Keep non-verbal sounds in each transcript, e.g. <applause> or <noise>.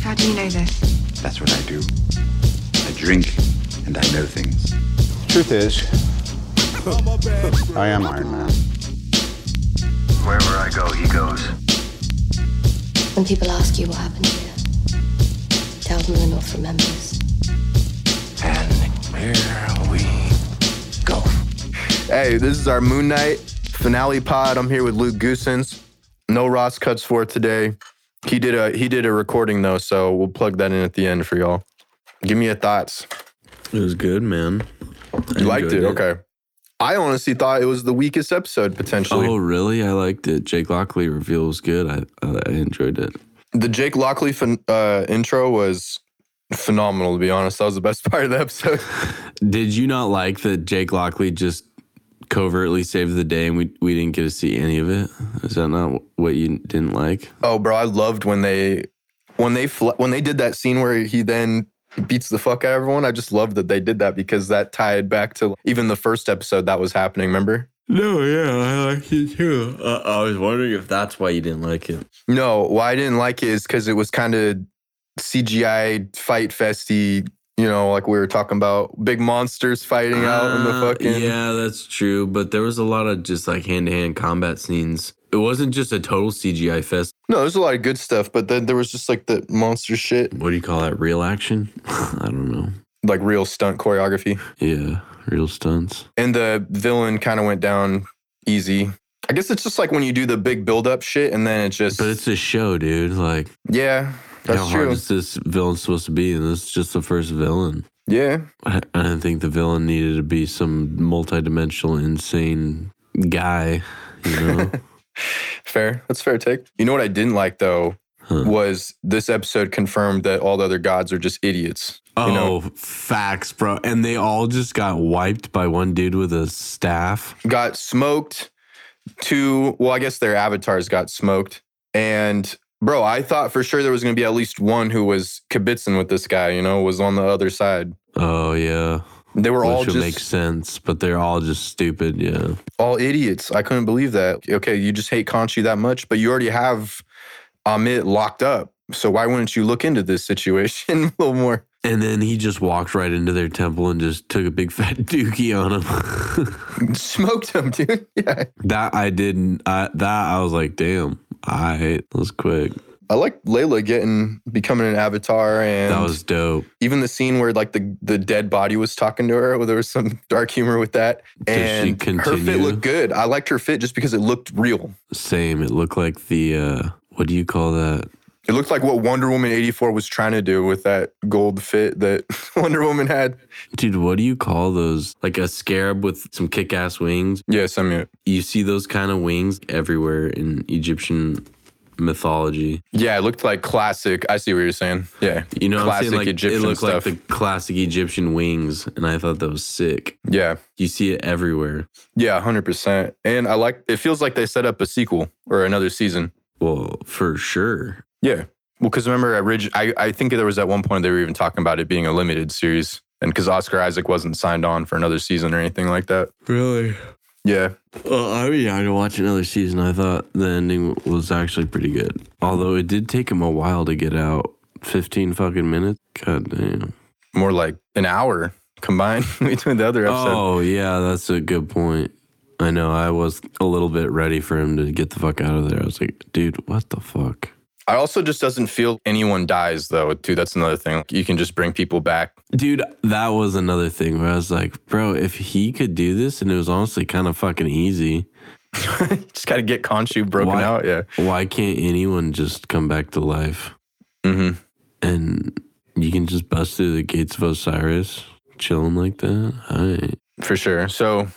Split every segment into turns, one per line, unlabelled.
How do you know this?
That's what I do. I drink and I know things.
Truth
<laughs>
is, I am Iron Man.
Wherever I go, he goes.
When people ask you what happened here, tell them the North remembers.
And here we go.
Hey, this is our Moon Knight finale pod. I'm here with Luke Goosens. No Ross cuts for today. He did a he did a recording though, so we'll plug that in at the end for y'all. Give me your thoughts.
It was good, man.
You liked it, okay? I honestly thought it was the weakest episode potentially.
Oh, really? I liked it. Jake Lockley reveal was good. I I, I enjoyed it.
The Jake Lockley fin- uh, intro was phenomenal. To be honest, that was the best <laughs> part of the episode.
Did you not like that Jake Lockley just covertly saved the day and we, we didn't get to see any of it? Is that not what you didn't like?
Oh, bro, I loved when they when they fl- when they did that scene where he then beats the fuck out of everyone. I just loved that they did that because that tied back to even the first episode that was happening. Remember?
No, yeah, I liked it too. Uh, I was wondering if that's why you didn't like it.
No, why I didn't like it is because it was kind of CGI fight festy. You know, like we were talking about big monsters fighting out in the
Uh,
fucking.
Yeah, that's true. But there was a lot of just like hand to hand combat scenes. It wasn't just a total CGI fest.
No, there's a lot of good stuff, but then there was just like the monster shit,
What do you call that? Real action? <laughs> I don't know.
like real stunt choreography,
Yeah, real stunts.
and the villain kind of went down easy. I guess it's just like when you do the big build up shit, and then it just.
But it's a show, dude. Like,
yeah, that's
how hard
true.
is this villain supposed to be? And this is just the first villain.
Yeah,
I, I didn't think the villain needed to be some multidimensional, insane guy. You know,
Fair. That's a fair take. You know what I didn't like though
Huh.
was this episode confirmed that all the other gods are just idiots. <laughs>
oh,
You know,
facts, bro. And they all just got wiped by one dude with a staff.
got smoked. Two, well, I guess their avatars got smoked. And bro, I thought for sure there was going to be at least one who was kibitzing with this guy. You know, was on the other side.
Oh yeah,
They were all
which would make
just
sense, but they're all just stupid. Yeah,
all idiots. I couldn't believe that. Okay, you just hate Conchi that much, but you already have Amit locked up. So why wouldn't you look into this situation <laughs> a little more?
and then he just walked right into their temple and just took a big fat <laughs> dookie on him. <laughs>
Smoked him, dude. <laughs> Yeah.
that I didn't. I, that I was like, damn, I hate. That was quick.
I like Layla getting becoming an avatar, and
that was dope.
even the scene where like the the dead body was talking to her. Where there was some <laughs> dark humor with that,
Does she
and her
continue?
fit looked good. I liked her fit just because it looked real.
Same. It looked like the uh, what do you call that?
It looked like what Wonder Woman eighty four was trying to do with that gold fit that <laughs> Wonder Woman had.
Dude, what do you call those? Like a scarab with some kick ass wings.
Yes, I mean,
You see those kind of wings everywhere in Egyptian mythology.
yeah, it looked like classic. I see what you're saying. Yeah,
You know what I'm
classic
saying? Like
Egyptian
it looked
stuff.
like the classic Egyptian wings, and I thought that was sick.
yeah,
You see it everywhere.
yeah, hundred percent. And I like. It feels like they set up a sequel or another season.
Well, for sure.
Yeah. Well, because remember, at Ridge, I, I think there was at one point they were even talking about it being a limited series. And because Oscar Isaac wasn't signed on for another season or anything like that.
Really?
Yeah.
Well, I mean, I'd watch another season. I thought the ending was actually pretty good. Although it did take him a while to get out. 15 fucking minutes? God damn.
More like an hour combined <laughs> between the other episode.
Oh yeah, that's a good point. I know. I was a little bit ready for him to get the fuck out of there. I was like, dude, what the fuck?
I also just doesn't feel anyone dies though, too. That's another thing. You can just bring people back. <laughs>
Dude, that was another thing where I was like, bro, if he could do this and it was honestly kind of fucking easy,
just gotta get Khonshu broken
Why-
out. Yeah.
why can't anyone just come back to life?
Mm-hmm.
And you can just bust through the gates of Osiris, chilling like that. All right.
For sure. So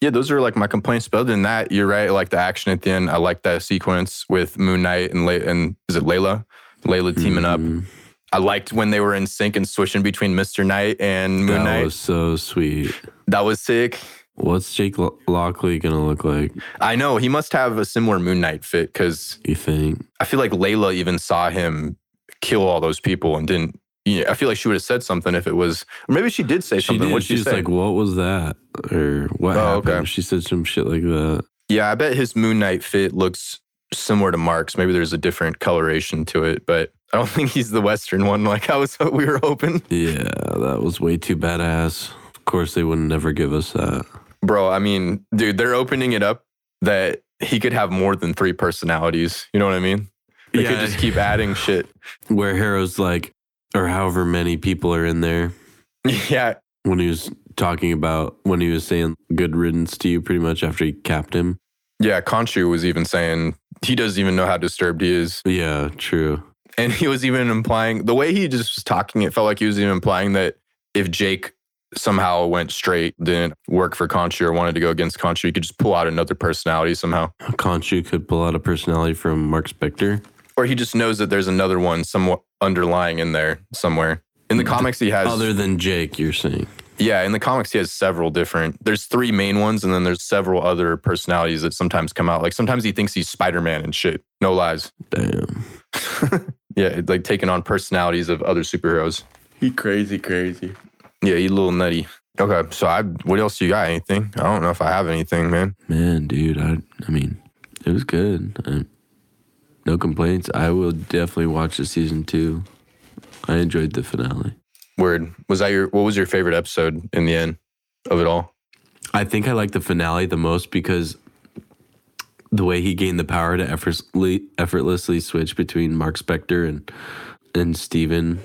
yeah, those are like my complaints. But other than that, you're right. Like the action at the end, I like that sequence with Moon Knight and Le- and is it Layla? Layla teaming up.
Mhm.
I liked when they were in sync and switching between Mr. Knight and Moon
That
Knight.
was so sweet.
that was sick.
What's Jake Lo- Lockley gonna look like?
I know he must have a similar Moon Knight fit because
You think?
I feel like Layla even saw him kill all those people and didn't. Yeah, I feel like she would have said something if it was, or maybe she did say
She
something.
did.
What'd she
She's
say?
like, "What was that?" Or what
Oh,
happened?
okay.
She said some shit like that.
yeah, I bet his Moon Knight fit looks similar to Mark's. Maybe there's a different coloration to it, but I don't <laughs> think he's the Western one. Like I was, <laughs> we were hoping,
Yeah, that was way too badass. Of course, they would never give us that.
bro. I mean, dude, they're opening it up that he could have more than three personalities. You know what I mean? They could
Yeah.
just keep adding shit. <laughs>
Where Harrow's like, or however many people are in there.
yeah,
When he was talking about when he was saying "good riddance" to you, pretty much after he capped him.
Yeah, Conchu was even saying he doesn't even know how disturbed he is.
Yeah, true.
And he was even implying the way he just was talking, it felt like he was even implying that if Jake somehow went straight, didn't work for Conchu or wanted to go against Conchu, he could just pull out another personality somehow.
Conchu could pull out a personality from Mark Spector.
Or he just knows that there's another one somewhat underlying in there somewhere. In the comics, he has
Other than Jake, you're saying.
Yeah, in the comics, he has several different. There's three main ones, and then there's several other personalities that sometimes come out. Like sometimes he thinks he's Spider Man and shit. No lies.
Damn.
Yeah, like taking on personalities of other superheroes.
He crazy, crazy.
Yeah, he a little nutty. Okay, so I what else you got? Anything? I don't know if I have anything, man.
Man, dude, I I mean, it was good. I, no complaints. I will definitely watch the season two. I enjoyed the finale.
Word. Was that your what was your favorite episode in the end of it all?
I think I like the finale the most because the way he gained the power to effortlessly, effortlessly switch between Mark Spector and and Steven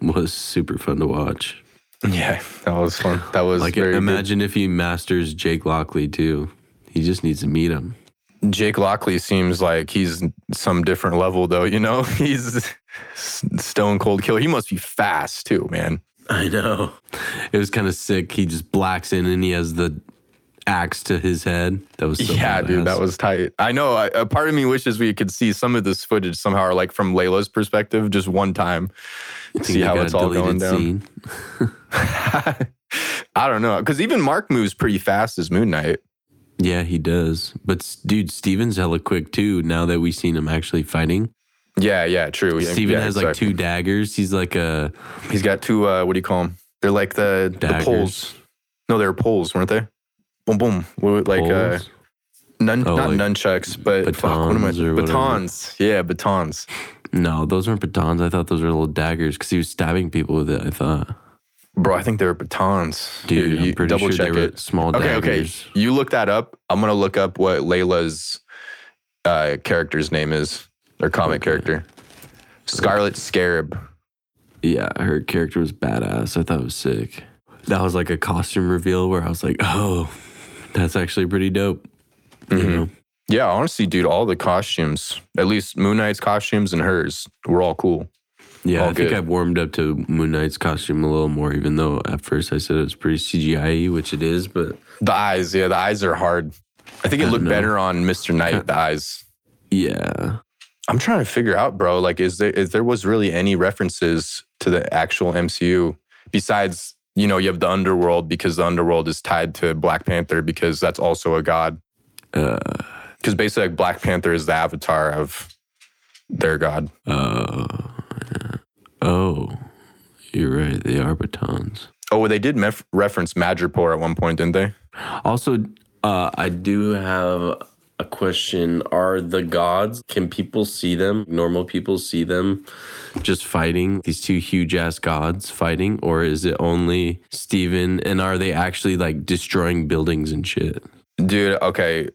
was super fun to watch.
Yeah, that was fun. That was
Like
very good.
imagine if he masters Jake Lockley too. He just needs to meet him.
Jake Lockley seems like he's some different level though. You know, <laughs> he's s- stone cold killer. He must be fast too, man.
I know. It was kind of sick. He just blacks in and he has the axe to his head. That was so
yeah, dude, that
badass.
was tight. I know. I, a part of me wishes we could see some of this footage somehow, or like from Layla's perspective, just one time.
Think
See
they
how
got a
it's all going
deleted
down.
scene.
I don't know. Because even Mark moves pretty fast as Moon Knight.
Yeah, he does. But s- dude, Steven's hella quick too. Now that we've seen him actually fighting,
Yeah, yeah, true. Yeah,
Steven
yeah,
has like
exactly.
two daggers. He's like a
He's got two, uh, what do you call them? They're like the, the
daggers.
poles. No, they were poles, weren't they? Boom, boom. What were- Like, uh,
Poles?
nun,
Oh,
not
like
nunchucks, but fuck, what am I?
batons or whatever.
Batons. Yeah, batons.
no, those weren't batons. I thought those were little daggers because he was stabbing people with it. I thought,
Bro, I think they were batons.
dude,
you
I'm pretty
double
sure they
check
were
it.
small
Okay, okay.
daggers.
You look that up. I'm going to look up what Layla's uh, character's name is, or comic character. Scarlet Scarab.
Yeah, her character was badass. I thought it was sick. That was like a costume reveal where I was like, oh, that's actually pretty dope.
Mm-hmm.
You know?
Yeah, honestly, dude, all the costumes, at least Moon Knight's costumes and hers, were all cool.
Yeah,
All
I think
good.
I've warmed up to Moon Knight's costume a little more, even though at first I said it was pretty CGI, which it is, but
The eyes, yeah, the eyes are hard. I think it looked
know.
better on Mr. Knight, the eyes.
yeah.
I'm trying to figure out, bro, like is there is there was really any references to the actual MCU besides, you know, you have the underworld because the underworld is tied to Black Panther because that's also a god.
uh,
Because basically like, Black Panther is the avatar of their god.
uh, Oh, you're right. They are batons.
Oh, well, they did mef- reference Madripoor at one point, didn't they?
Also, uh, I do have a question. Are the gods, can people see them? Normal people see them just fighting, these two huge ass gods fighting? Or is it only Steven? And are they actually like destroying buildings and shit?
Dude, okay.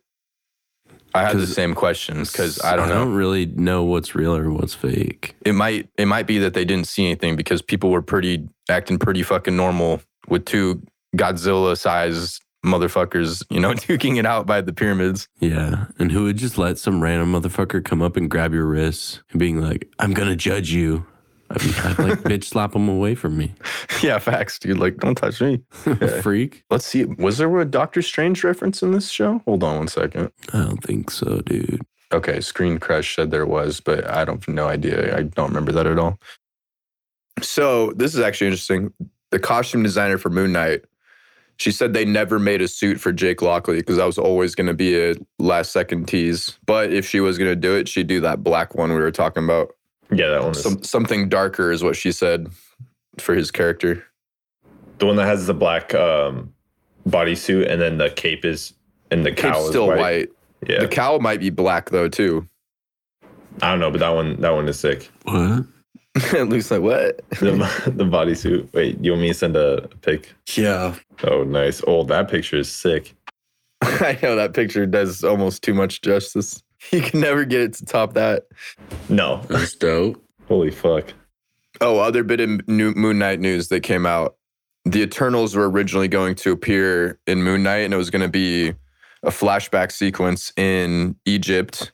I I had the same questions because I don't
I don't
know.
really know what's real or what's fake.
It might it might be that they didn't see anything because people were pretty acting pretty fucking normal with two Godzilla sized motherfuckers, you know, <laughs> duking it out by the pyramids. <laughs>
Yeah. And who would just let some random motherfucker come up and grab your wrists and being like, I'm going to judge you? I'd, be, I'd like, <laughs> bitch, slap him away from me. <laughs>
yeah, facts, dude. Like, don't touch me.
Freak.
Let's see. Was there a Doctor Strange reference in this show? Hold on one second.
I don't think so, dude.
Okay, Screen Crush said there was, but I don't no idea. I don't remember that at all. So this is actually interesting. The costume designer for Moon Knight, she said they never made a suit for Jake Lockley because that was always going to be a last second tease. But if she was going to do it, she'd do that black one we were talking about.
Yeah, that one is
Some, something darker is what she said for his character.
the one that has the black um, bodysuit, and then the cape is and the cow
Cape's
is
still white.
white. Yeah,
The cow might be black though too. <laughs>
I don't know, but that one that one is <laughs> sick.
What?
Luke's like, what?
The, the bodysuit. Wait, you want me to send a pic?
Yeah.
Oh, nice. Oh, that picture is sick.
<laughs> I know that picture does almost too much justice. <laughs> You can never get it to top that.
No,
That's dope.
holy fuck.
Oh, other bit of new Moon Knight news that came out. The Eternals were originally going to appear in Moon Knight, and it was going to be a flashback sequence in Egypt,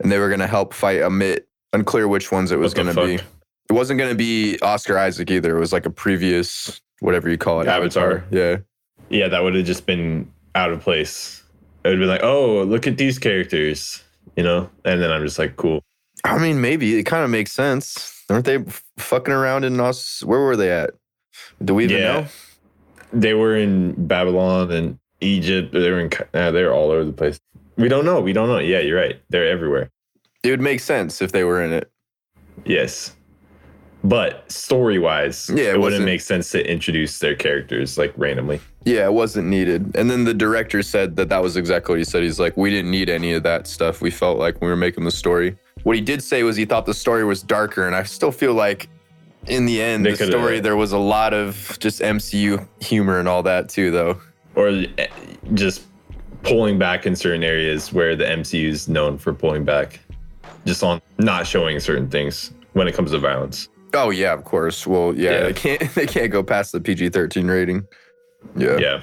and they were going to help fight Amit. Unclear which ones it was
What the
going to be.
fuck?
It wasn't going to be Oscar Isaac either. It was like a previous, whatever you call it,
Avatar.
Yeah.
Yeah, that would have just been out of place. It would be like, oh, look at these characters, you know. And then I'm just like, cool.
I mean, maybe it kind of makes sense. Aren't they f- fucking around in us? Where were they at? Do we even
Yeah.
know?
They were in Babylon and Egypt. They were in. Uh, they were all over the place. We don't know. We don't know. Yeah, you're right. They're everywhere.
It would make sense if they were in it.
Yes. But story wise,
Yeah, it
it, wouldn't
wasn't-
make sense to introduce their characters like randomly.
Yeah, it wasn't needed. And then the director said that that was exactly what he said. He's like, we didn't need any of that stuff. We felt like we were making the story. What he did say was he thought the story was darker, and I still feel like in the end,
They
the
coulda-
story there was a lot of just MCU humor and all that too, though.
Or eh, just pulling back in certain areas where the MCU is known for pulling back, just on not showing certain things when it comes to violence.
Oh yeah, of course. Well, yeah,
Yeah.
they can't <laughs> they can't go past the PG thirteen rating. Yeah.
Yeah.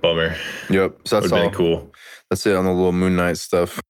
Bummer.
Yep. So
Would
that's
have
all.
been cool.
That's it on the little Moon Knight stuff.